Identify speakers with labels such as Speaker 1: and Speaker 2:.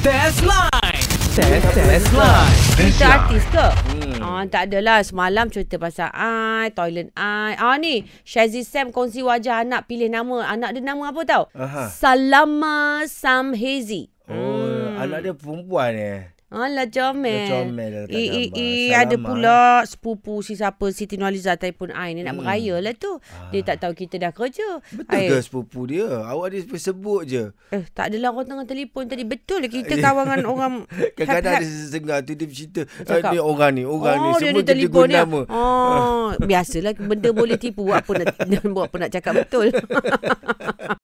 Speaker 1: Test line. Test test line.
Speaker 2: Cerita artis ke? Hmm. Ah, tak adalah. Semalam cerita pasal I, toilet I. Ah ni, Shazzy Sam kongsi wajah anak pilih nama. Anak dia nama apa tau?
Speaker 3: Aha.
Speaker 2: Salama Samhezi.
Speaker 3: Oh, anak dia perempuan eh.
Speaker 2: Alah comel.
Speaker 3: Dia comel lah kat
Speaker 2: I, I,
Speaker 3: gambar. eh.
Speaker 2: I,
Speaker 3: Salamah.
Speaker 2: ada pula sepupu si siapa Siti Nualiza ataupun I ni nak hmm. beraya lah tu. Dia tak tahu kita dah kerja.
Speaker 3: Betul
Speaker 2: I,
Speaker 3: ke sepupu dia? Awak dia sebut je.
Speaker 2: Eh, tak adalah orang tengah telefon tadi. Betul lah kita kawangan orang
Speaker 3: Kadang-kadang
Speaker 2: hap-hap.
Speaker 3: ada sesengah tu dia bercerita.
Speaker 2: Cakap.
Speaker 3: Cakap. Ni orang ni, orang ni. Semua
Speaker 2: oh, dia
Speaker 3: dia,
Speaker 2: ada
Speaker 3: dia
Speaker 2: telefon
Speaker 3: guna
Speaker 2: ni.
Speaker 3: nama.
Speaker 2: Oh, biasalah benda boleh tipu buat apa nak buat apa nak cakap betul.